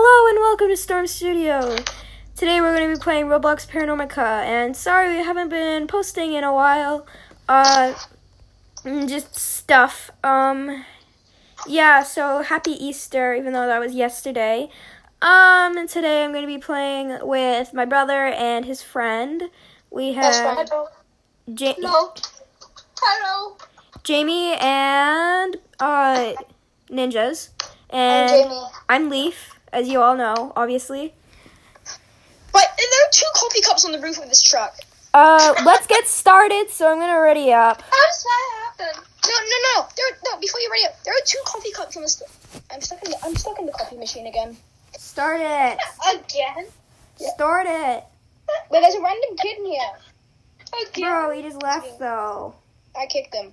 welcome to Storm Studio. Today we're going to be playing Roblox Paranormica, and sorry we haven't been posting in a while. Uh, mm, just stuff. Um, yeah. So happy Easter, even though that was yesterday. Um, and today I'm going to be playing with my brother and his friend. We have Hello. ja- No. Hello. Jamie and uh, ninjas, I'm and Jamie. I'm Leaf, as you all know, obviously. Wait, and there are two coffee cups on the roof of this truck. Uh, let's get started. So I'm gonna ready up. How does that happen? No, no, no. There, no. Before you ready up, there are two coffee cups on this. I'm stuck in. The, I'm stuck in the coffee machine again. Start it. Again? Start it. Wait, there's a random kid in here. Again. Bro, he just left though. I kicked him.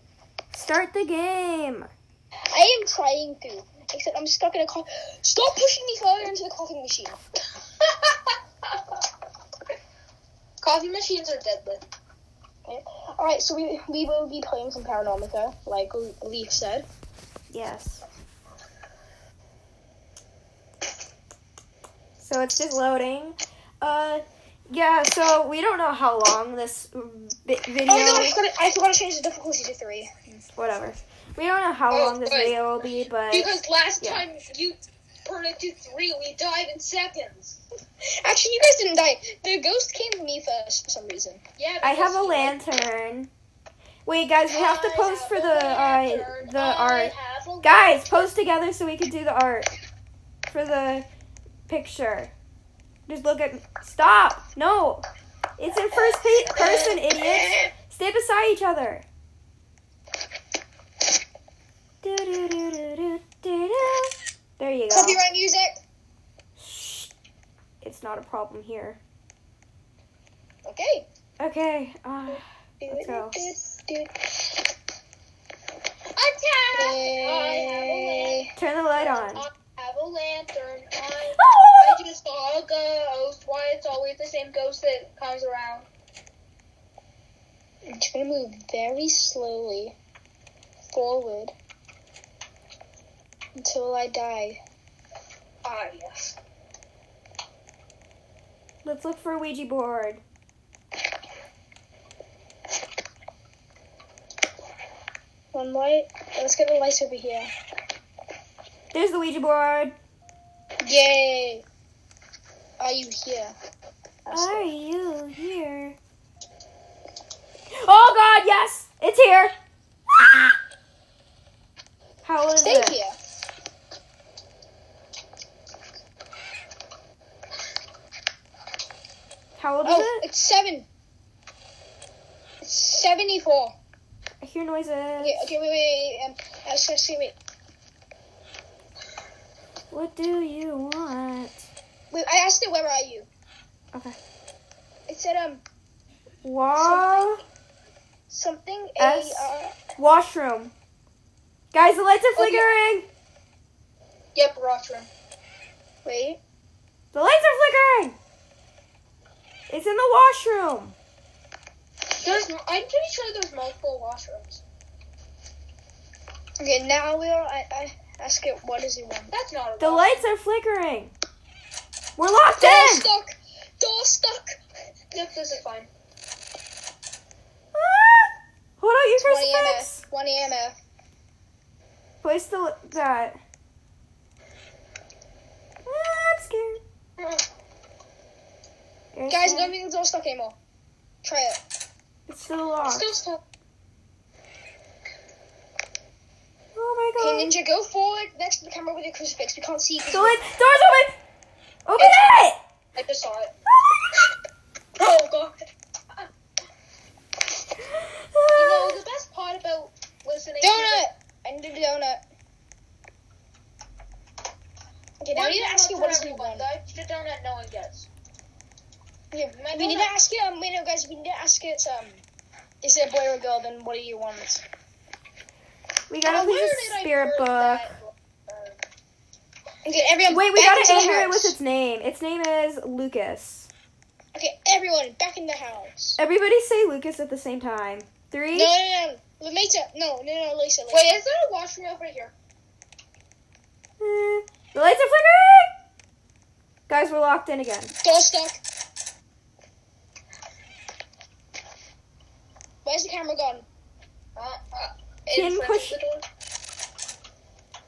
Start the game. I am trying to, except I'm stuck in a coffee. Stop pushing me further into the coffee machine. coffee machines are deadly. All right, so we we will be playing some Paranormica, like Leaf said. Yes. So it's just loading. Uh, yeah. So we don't know how long this vi- video. Oh no, I forgot, I forgot to change the difficulty to three. Whatever. We don't know how Oh, long this right. video will be, but last Yeah. time you predicted three, we died in seconds. Actually, you guys didn't die. The ghost came to me first for some reason. Yeah. I have a lantern. Wait, guys, we have to post for the uh, the art. Guys, post together so we can do the art for the picture. Just look at. Stop! No, it's in first pe- person, idiots. Stay beside each other. Do-do-do-do-do-do-do. There you go. Copyright music. Shh. It's not a problem here. Okay. Okay. Uh, Let's go. Attack! I turn the light have a lantern. on. I have a lantern. I, Oh! I just saw a ghost. Why it's always the same ghost that comes around? I'm just gonna move very slowly forward until I die. Ah, yes. Let's look for a Ouija board. One light. Let's get the lights over here. There's the Ouija board. Yay! Are you here? Are you here? Oh god, yes! It's here! Ah! How is Stay it? here. How old is Oh, it? it's seven. It's seventy-four. I hear noises. Okay, okay, wait, wait, wait. Um, I was just wait, What do you want? wait. I asked it, where are you? Okay. It said um Wa- something. S? A, uh, washroom. Guys, the lights are Okay. flickering! yep, Rotram. Wait, The lights are flickering! It's in the washroom! there's. I'm pretty sure there's multiple washrooms. Okay, now we'll. I, I ask it, what does he want? That's not a The lights are flickering! We're locked Door in! stuck. Door stuck. Yep, this is fine. Ah! Hold out your One crucifix! EMF. One EMF. Place the that. Ah, I'm scared. Oh, There's Guys, I one. don't think the door's stuck anymore. Try it. it's still locked. Still stuck. Oh Okay, my god. Ninja, go forward next to the camera with your crucifix. We can't see you. 'cause The lid, doors open. Open it. I just saw it. Ah! Oh god. You know Ah! the best part about listening. Donut. I need a donut. Okay, now we need to ask you what does he want. The donut no one gets. Okay, we need to ask you. Um, wait, no, guys, we need to ask it. Um, is it a boy or a girl? Then what do you want? We gotta Oh, please where a did I spirit put book. that? Okay, everyone. Wait, we back gotta into the enter it with house. its name. Its name is Lucas. Okay, everyone, back in the house. Everybody say Lucas at the same time. Three. No, no, no, Lisa. No, no, no, Lisa. Lisa. Wait, is there a washroom over here? Eh. The lights are flickering. guys, we're locked in again. Door stuck. Where's the camera gone? Uh, uh, Can in front push- of the door.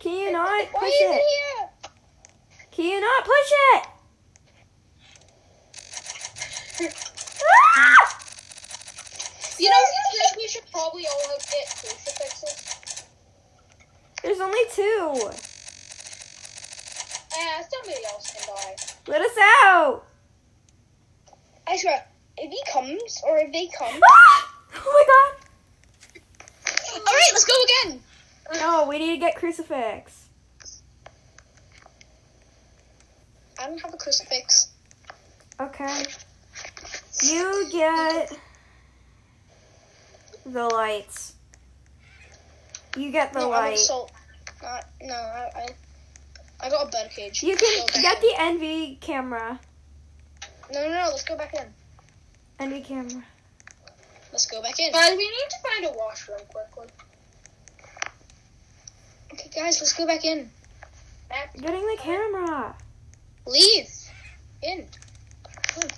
Can you not Why push is it it? here? Can you not push it? Ah! You know, we should, we should probably all have get crucifixes. There's only two. Uh, somebody else can die. Let us out. I swear, if he comes, or if they come. Ah! Oh Alright, let's go again! my god. No, we need to get crucifix. I don't have a crucifix. Okay. You get the lights. You get the no, I want light. salt. Not, no, I, I, I got a bird cage. You Let's go can back get in. the NV camera. No, no, no, let's go back in. NV camera. Let's go back in. Guys, we need to find a washroom quickly. Okay, guys, let's go back in. Max, Getting the camera. Leave. In. Leave.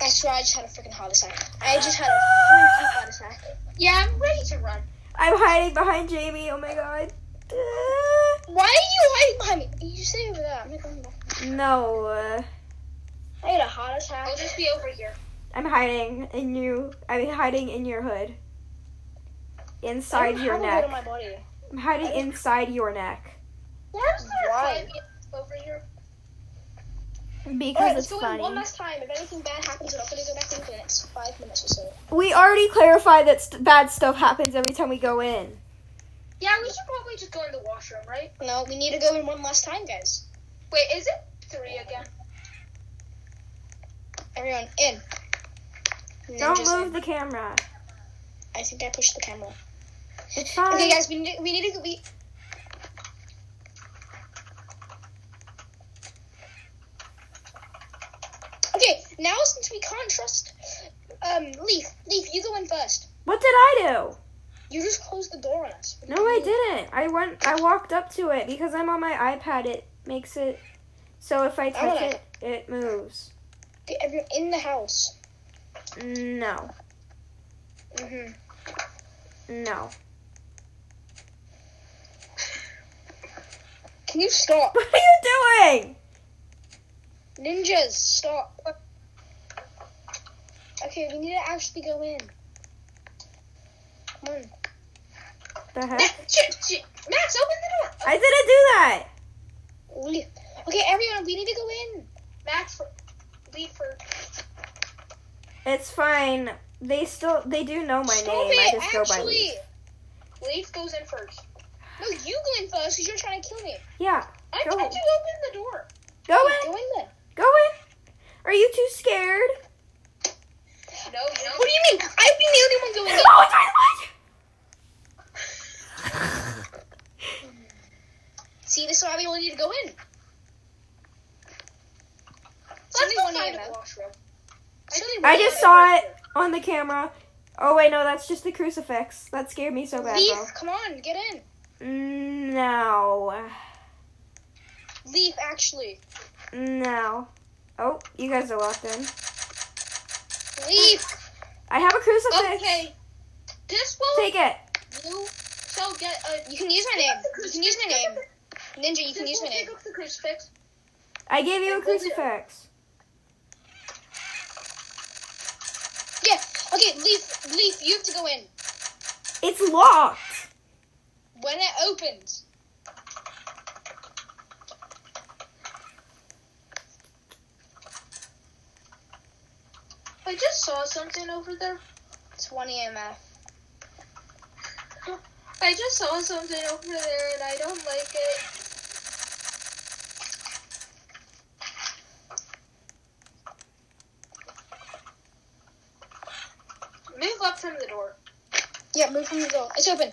I swear I just had a freaking heart attack. I just had a freaking heart attack. yeah, I'm ready to run. I'm hiding behind Jamie. Oh my god. Ah. Why are you hiding behind me? You stay over there. I'm not going back. No. uh, I had a heart attack. I'll just be over here. I'm hiding in you. I'm hiding in your hood. I Inside don't your have a neck. bone in my body. I'm hiding inside your neck. Why is there Why? a flag over here? Because Alright, it's let's go in one funny. last time. If anything bad happens, we're not gonna go back in for the next five minutes or so. We already clarified that st- bad stuff happens every time we go in. Yeah, we should probably just go in the washroom, right? No, we need to go in one last time, guys. Wait, is it three again? Everyone, in. And then Don't just- move the camera. I think I pushed the camera. It's fine. Okay, guys, we need to, we need to we. Okay, now since we can't trust, um, Leaf, Leaf, you go in first. What did I do? You just closed the door on us. No, I didn't. I went. I walked up to it because I'm on my iPad. It makes it so if I touch on it, it moves. Okay, everyone in the house. No, Mm-hmm. Mhm. no. Can you stop, What are you doing? ninjas? Stop. Okay, we need to actually go in. Come on. The heck? Shit, shit. Max, open the door. I didn't do that. Leaf. Okay, everyone, we need to go in. Max, leave for. It's fine. They still. They do know my Stop name. it, I just go by. actually. Lee. Leaf goes in first. No, you go in first because you're trying to kill me. Yeah. I Go. tried to open the door. Go Hey, in. Go in there. Go in. Are you too scared? No, no. What do you mean? I've been the only one going in. Oh, it's right behind you. See, this is why we only need to go in. Let's Somebody go went find in, a though. washroom. Somebody I went in. just saw it on the camera. Oh wait, no, that's just the crucifix. That scared me so bad, Leaf, though. come on, get in. No, Leaf, actually. no. Oh, you guys are locked in. Leaf. I have a crucifix. Okay. This will Take it. you shall get a uh, You can use my name. You can use my name. Ninja, you can use my name. Pick up the crucifix. I gave you a Take it. crucifix. Yeah. Okay, Leaf, Leaf, you have to go in. It's locked. When it opens. I just saw something over there. It's 1 EMF. I just saw something over there and I don't like it. Move up from the door. Yeah, move from the door. It's open.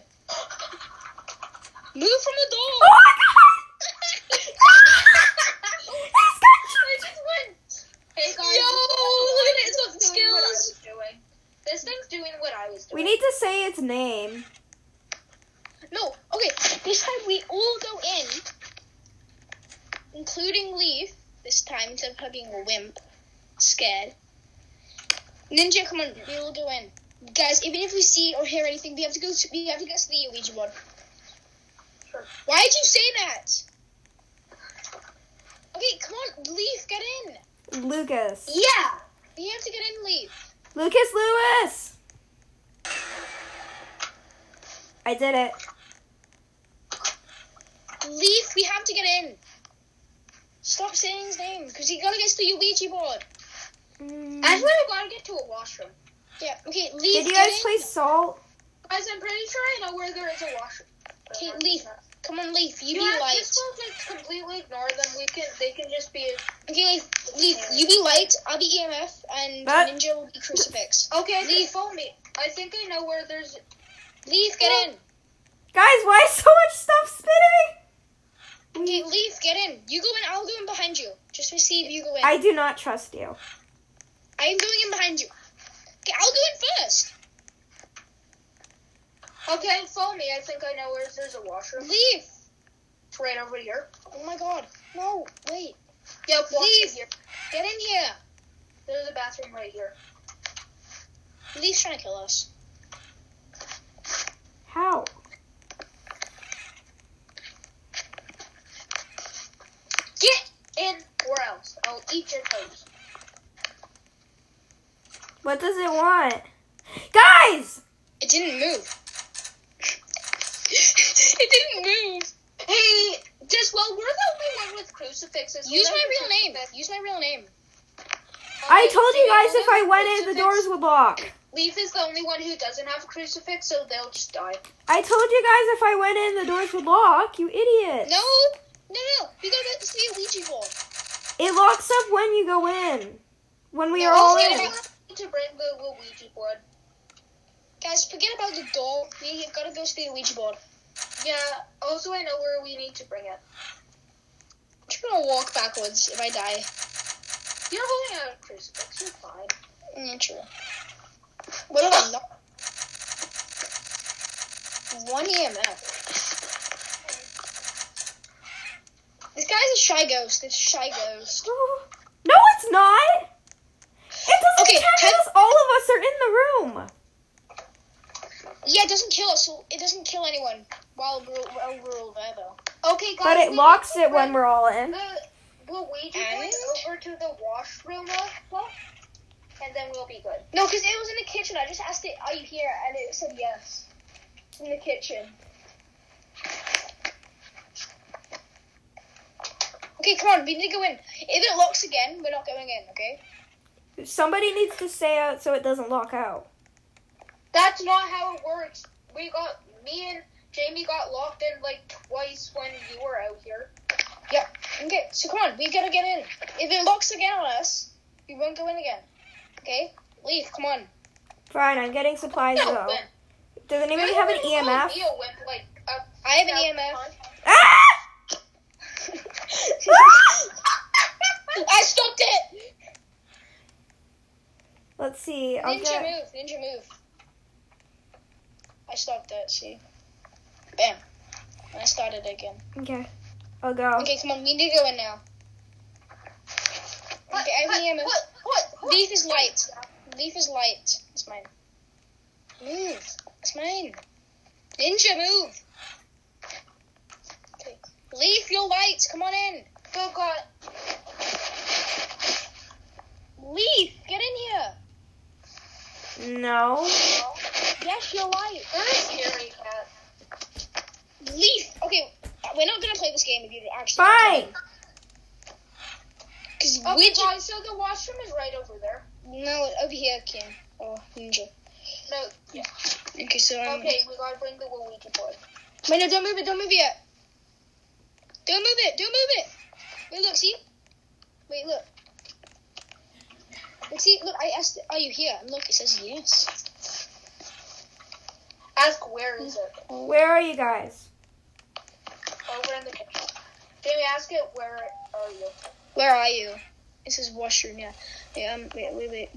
Move from the door. Oh my god! It's got- I just went. Hey guys. Yo, look at it, it's got This thing's doing what I was skills. doing. This thing's doing what I was We doing. need to say its name. No, okay. This time we all go in, time instead of her being a wimp, scared. Ninja, come on, we will go in, guys. Even if we see or hear anything, we have to go. To, we have to go to the Ouija board. Sure. Why did you say that? Okay, come on, Leaf, get in. Lucas. Yeah, we have to get in, Leaf. Lucas Lewis! I did it. Leaf, we have to get in. Stop saying his name, because he gotta get to the Ouija board. I Mm. swear I gotta get to a washroom. Yeah, okay, Leaf. Did you get guys in. play Salt? Guys, I'm pretty sure I know where there is a washroom. Uh, Okay, Leaf, come on, Leaf, you You be know, light. just will just completely ignore them. We can, they can just be. Okay, Leaf, Leaf, you be light, I'll be EMF, and But- Ninja will be Crucifix. Okay, Leaf, follow me. I think I know where there's. Leaf, get in. Guys, why is so much stuff spinning? Okay, Leaf, get in. You go in, I'll go in behind you. Just to see if you go in. I- I do not trust you. am going in behind you. Okay, I'll go in first. Okay, follow me. I think I know where there's a washroom. Leaf. It's right over here. Oh my god. No, wait. Yep, walk in Leaf. here. Get in here. There's a bathroom right here. Leaf's trying to kill us. How? Get in or else I'll eat your toes. What does it want? Guys! It didn't move. it didn't move. Hey, just well, we're the only one with crucifixes. Use Without my a real name. crucifix- Use my real name. I Okay, told you so guys if I went in, the doors would lock. Leaf is the only one who doesn't have a crucifix, so they'll just die. I told you guys if I went in, the doors would lock, you idiot. No, no, no. We gotta go to the Ouija board. It locks up when you go in. When we No, are all it's in. gonna- Need to bring the Ouija board. Guys, forget about the door. We have gotta go to the Ouija board. Yeah. Also, I know where we need to bring it. I'm just gonna walk backwards if I die. You're holding a crucifix. You're fine. Mm, true. What if I'm not? One E EMF. This guy's a shy ghost. This shy ghost. No, it's not! It doesn't Okay, count have- because all of us are in the room. Yeah, it doesn't kill us. So it doesn't kill anyone while we're, while we're over there, though. Okay, guys. But it we locks need to it when bring we're all in. The Ouija board And? over to the washroom, well, and then we'll be good. No, because it was in the kitchen. I just asked it, "Are you here?" And it said yes. In the kitchen. Okay, come on. We need to go in. If it locks again, we're not going in. Okay. Somebody needs to stay out so it doesn't lock out. That's not how it works. We got me and Jamie got locked in like twice when you were out here. Okay. So come on. We gotta get in. If it locks again on us, we won't go in again. Okay. Leave. Come on. Fine, I'm getting supplies No, though. but- Does anybody have an E Really, really EMF? be a wimp, like, a- I have an E Yeah, EMF. Ah! I stopped it. Let's see. I'll Ninja get... move. Ninja move. I stopped it. See. Bam. I started again. Okay. I'll go. Okay, come on, we need to go in now. What, Okay, I have an EMF. what, what, what, what? Leaf is light. Leaf is light. It's mine. Move. It's mine. Ninja, move. Okay. Leaf, you're light. Come on in. Go, Oh, God. Leaf, get in here. No. Yes, you're light. Very scary cat. Leaf. Okay, we're not gonna play this game if you actually. Fine. Because Okay, we just guys, so the washroom is right over there. no over here, Kim. Oh, Ninja. No, Okay, so I'm. okay, we gotta bring the Ouija board. Wait, no, don't move it, don't move it yet. Don't move it, don't move it. Wait, look, see? Wait, look. Look, see, look, I asked, are you here? And look, it says yes. Ask where is it? Where are you guys? Over in the kitchen. Jamie, ask it where are you? Where are you? It says washroom, yeah. Wait, um, wait, wait, wait.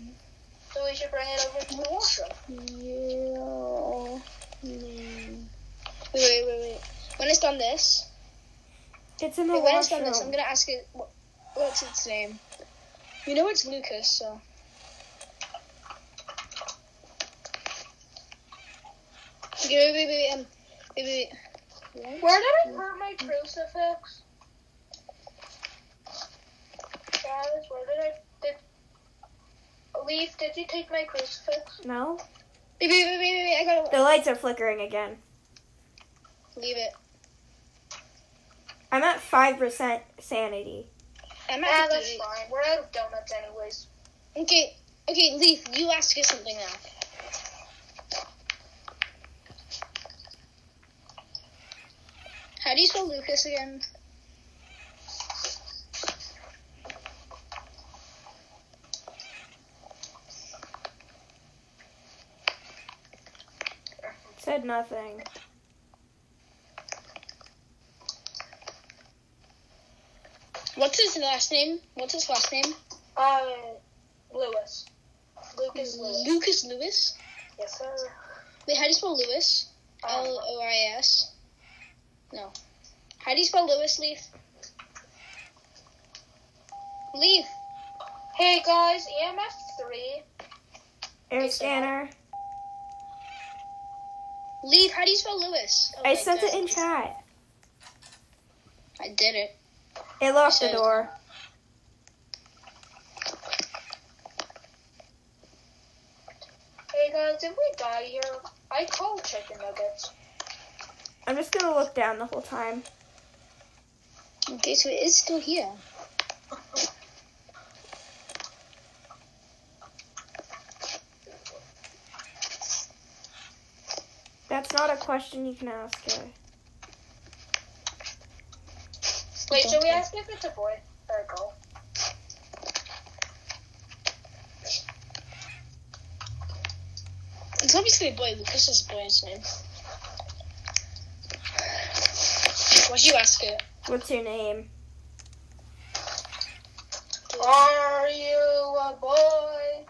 So we should bring it over to the washroom. Yeah. oh, Wait, wait, wait, wait. When it's done this, It's in the wait, when it's done this, I'm washroom. gonna ask it, what, what's its name? You know it's Lucas, so. Okay, wait, wait, wait, um, wait, wait, wait. Where did I put my crucifix? Guys, where did I? Did Leaf? Did you take my crucifix? No? Wait, wait, wait, wait, wait, I gotta The lights are flickering again. leave it. I'm at 5% sanity. I'm Nah, at Ah, that's 58. fine. We're out of donuts anyways. Okay, okay, Leaf, you ask us something now. How do you spell Lucas again? Said nothing. What's his last name? What's his last name? Uh, Lewis. Lucas Lewis. Lucas Lewis. Yes, sir. Wait, how do you spell Lewis? Um, L O I S. No. How do you spell Lewis, Leaf? Leaf. hey guys, EMF three. Air It's alright. scanner. Leaf, how do you spell Lewis? Oh, I Okay, sent it good. in chat. I did it. It locked the Said- door. Hey guys, if we die here, I call chicken nuggets. I'm just gonna look down the whole time. Okay, so it is still here. That's not a question you can ask her. Wait, should we Okay. ask if it's a boy or a girl? It's obviously a boy. Lucas is a boy. His name. What'd you ask it? What's your name? Are you a boy?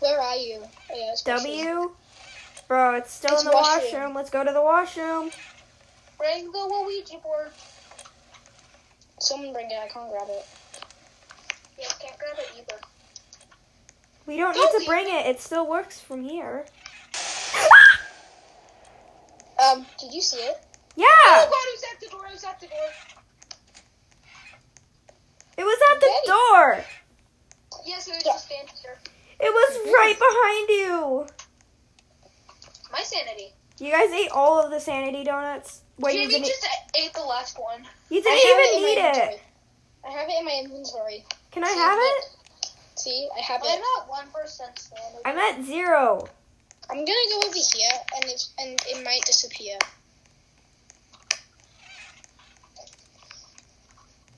Where are you? Oh, yeah, it's Buffy. W? Bro, it's still It's in the washroom. washroom. Let's go to the washroom. Bring the Ouija board. Someone bring it. I can't grab it. Yeah, can't grab it either. We don't Don't need to leave bring it. It still works from here. Um, did you see it? Oh Yeah! god, who's at the door? Who's at the door? It was at the Hey. door! Yes, it was just standing here. It was right behind you! My sanity. You guys ate all of the sanity donuts? Wait, you Jamie didn't, e- just ate the last one. you I have didn't even in need my it! inventory. I have it in my inventory. Can I have it? See, I have I'm it. at one percent sanity. I'm at zero. I'm gonna go over here, and it's and it might disappear.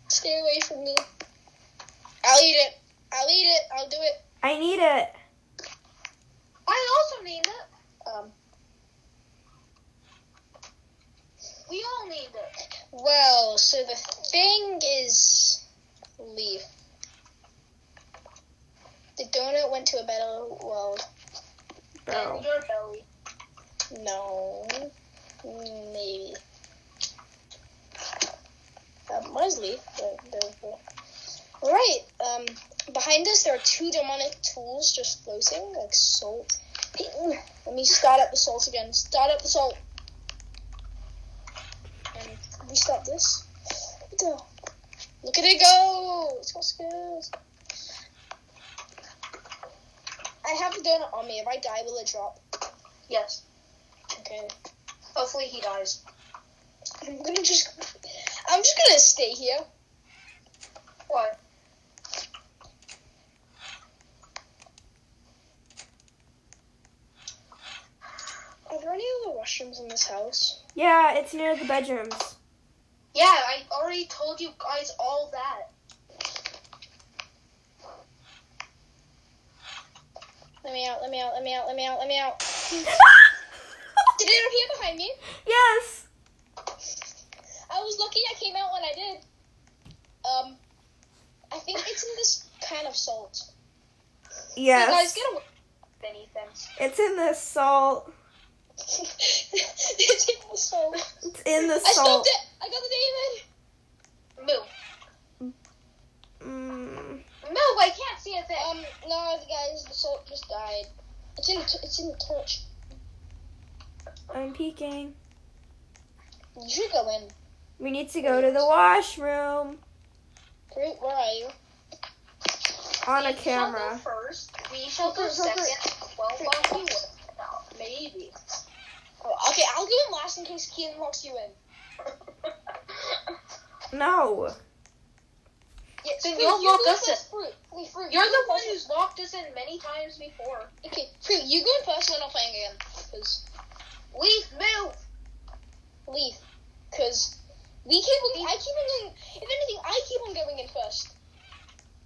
Stay away from me. I'll eat it. I'll eat it. I'll do it. I need it. I also need it. Um, We all need it. well, so the thing is, leaf. The donut went to a better world. Bro. And your belly. No, maybe. Um, what is leaf? The- the- the- All right. Um, behind us there are two demonic tools just floating, like salt. Hey, ooh, let me start up the salt again. Start up the salt. And we start this. Look at it go. Look at it go. It's got skills. I have a donut on me. If I die, will it drop? Yes. Okay. Hopefully he dies. I'm gonna just. I'm just gonna stay here. What? Are there any other washrooms in this house? Yeah, it's near the bedrooms. Yeah, I already told you guys all that. Let me out, let me out, let me out, let me out, let me out. Did it appear behind me? yes! I was lucky I came out when I did. Um, I think it's in this pan of salt. You guys Yes. get away with anything. It's in the salt. it's in the salt. It's in the I stopped salt. it! I got the demon! Move. Mm, I can't see a thing. Um, no, the guys, the salt just died. It's in, it's in the torch. I'm peeking. You should go in. We need to go to the washroom Great, where are you? on a We shall go camera. first. We shall go second. Well, well, we will. No, maybe. Oh, okay, I'll go in last in case Keaton locks you in. No. Yeah, Then Fruit, you'll you lock go us in. first, Fruit. Wait, Fruit, You're you the go one first. who's locked us in many times before. Okay, Fruit, you go in first, we're not playing again. Cause Leaf, move. leave. Cause we keep on, I keep on going, if anything, I keep on going in first.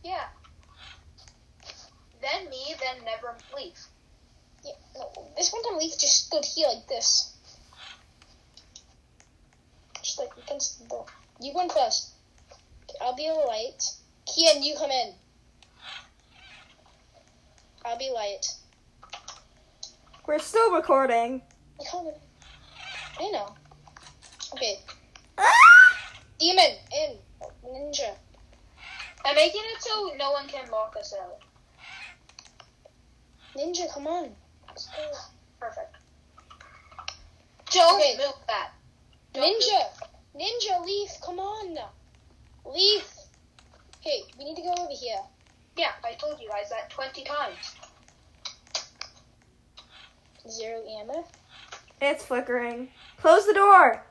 Yeah. Then me, then never leaf. Yeah, no, this one time Leaf just stood here like this. Just like against the door. You go in first. Okay, I'll be a light. Kian, you come in. I'll be light. We're still recording. I can't remember. I know. Okay, Ah! demon in ninja. I'm making it so no one can lock us out. Ninja, come on. Let's go. Perfect. Don't Okay. move that. Don't Ninja, ninja, leaf, come on. Leaf. Hey, we need to go over here. Yeah, I told you guys that 20 times. Zero EMF. It's flickering. Close the door.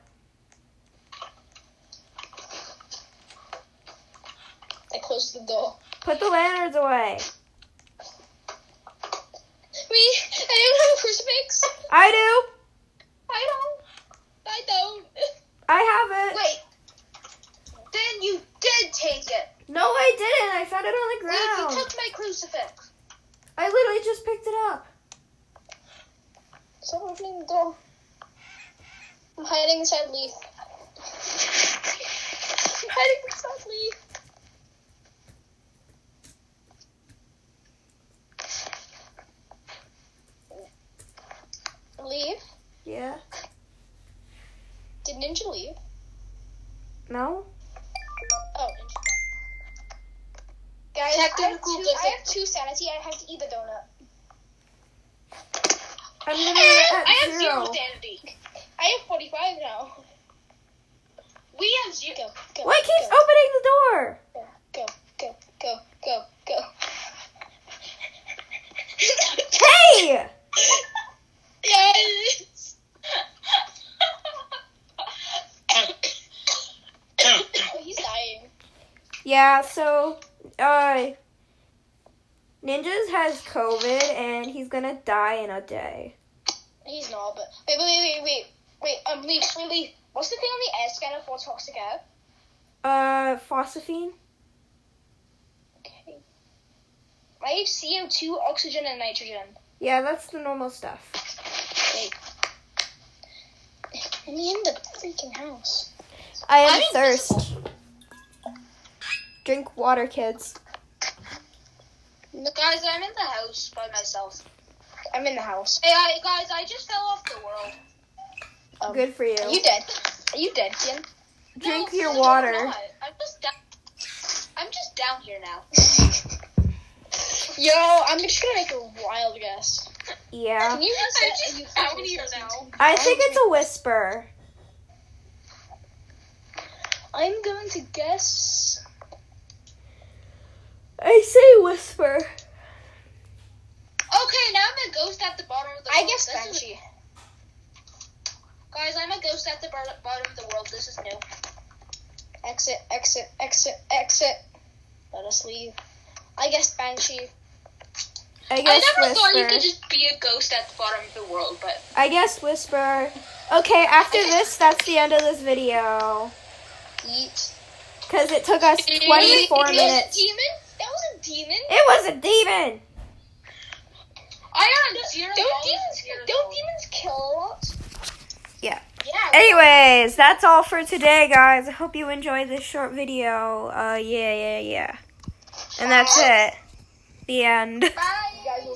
I closed the door. Put the lanterns away. We. I don't have a crucifix. I do. I don't. I don't. I have it. Wait. Then you did take it. No, I didn't. I found it on the Leaf, you ground. took my crucifix. I literally just picked it up. Stop opening the door. I'm hiding inside leaf. I'm hiding inside leaf. Leave? Yeah. Did Ninja leave? No. Oh, Ninja. Guys, I have, Technical two, I have difficulty. two sanity. I have to eat the donut. I'm literally at I have zero. zero sanity. I have 45 now. We have zero. Go, go. Why keeps go, opening the door? go, go, go, go, go. Hey! yes! Oh, he's dying. Yeah, so uh Ninjas has COVID and he's gonna die in a day. He's not, but wait, wait, wait, wait, wait. Wait, um, leave, wait, leave. What's the thing on the air scanner for toxic air? Uh phosphine? Okay. I have CO2, oxygen, and nitrogen. Yeah, that's the normal stuff. Wait. I'm in the freaking house. I I'm am thirst. invisible. Drink water, kids. Guys, I'm in the house by myself. I'm in the house. Hey, I, guys, I just fell off the world. Um, Good for Are you. you dead? Are you dead, Ian? Drink No, your no, I'm water. not. I'm just down. I'm just down here now. Yo, I'm just gonna make a wild guess. Yeah. Can you just say- I'm just you down freaking here said now. something? I think it's a whisper. I'm going to guess. I say whisper. Okay, now I'm a ghost at the bottom of the I world. guess This is- Banshee. Guys, I'm a ghost at the bar- bottom of the world. This is new. Exit, exit, exit, exit. Let us leave. I guess Banshee. I I guess never thought you whisper. could just be a ghost at the bottom of the world, but I guess whisper. Okay, after this, that's the end of this video. Eat. Because it took us 24 minutes. It was a demon? That was a demon? It was a demon! I earned zero. Don't dollars demons, here, don't though. demons kill a lot? Yeah. Anyways, that's all for today, guys. I hope you enjoyed this short video. Uh, yeah, yeah, yeah. And that's it. The end. You guys will